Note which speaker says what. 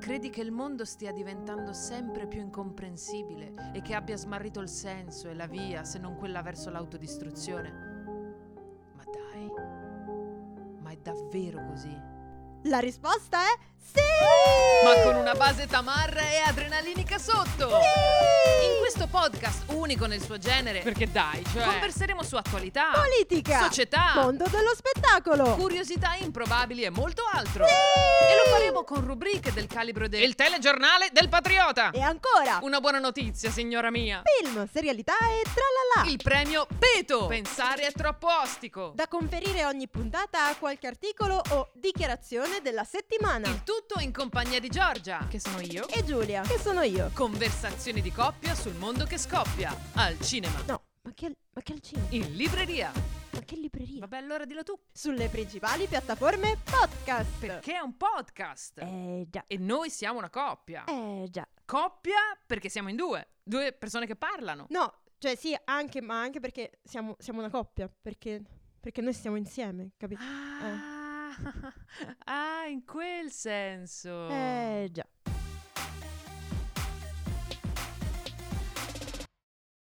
Speaker 1: Credi che il mondo stia diventando sempre più incomprensibile e che abbia smarrito il senso e la via, se non quella verso l'autodistruzione? Ma dai, ma è davvero così?
Speaker 2: La risposta è sì!
Speaker 1: Ma con una base tamarra e adrenalinica sotto!
Speaker 2: Sì!
Speaker 1: In questo podcast, unico nel suo genere,
Speaker 3: Perché dai, cioè.
Speaker 1: converseremo su attualità,
Speaker 2: Politica!
Speaker 1: società,
Speaker 2: Mondo dello spettacolo!
Speaker 1: curiosità improbabili e molto altro.
Speaker 2: Sì!
Speaker 1: E lo faremo con rubriche del calibro del... Il telegiornale del patriota!
Speaker 2: E ancora!
Speaker 1: Una buona notizia, signora mia!
Speaker 2: Film, serialità e tralala!
Speaker 1: Il premio Peto! Pensare è troppo ostico!
Speaker 2: Da conferire ogni puntata a qualche articolo o dichiarazione della settimana.
Speaker 1: Il tutto in compagnia di Giorgia, che sono io.
Speaker 2: E Giulia, che sono io.
Speaker 1: Conversazioni di coppia sul mondo che scoppia. Al cinema.
Speaker 2: No, ma che, ma che al cinema?
Speaker 1: In libreria.
Speaker 2: Ma che libreria?
Speaker 1: Vabbè, allora dillo tu.
Speaker 2: Sulle principali piattaforme podcast.
Speaker 1: Perché è un podcast.
Speaker 2: Eh già.
Speaker 1: E noi siamo una coppia.
Speaker 2: Eh già.
Speaker 1: Coppia perché siamo in due. Due persone che parlano.
Speaker 2: No, cioè sì, anche, ma anche perché siamo, siamo una coppia, perché, perché noi stiamo insieme, capito?
Speaker 1: Ah, ah, in quel senso.
Speaker 2: Eh già.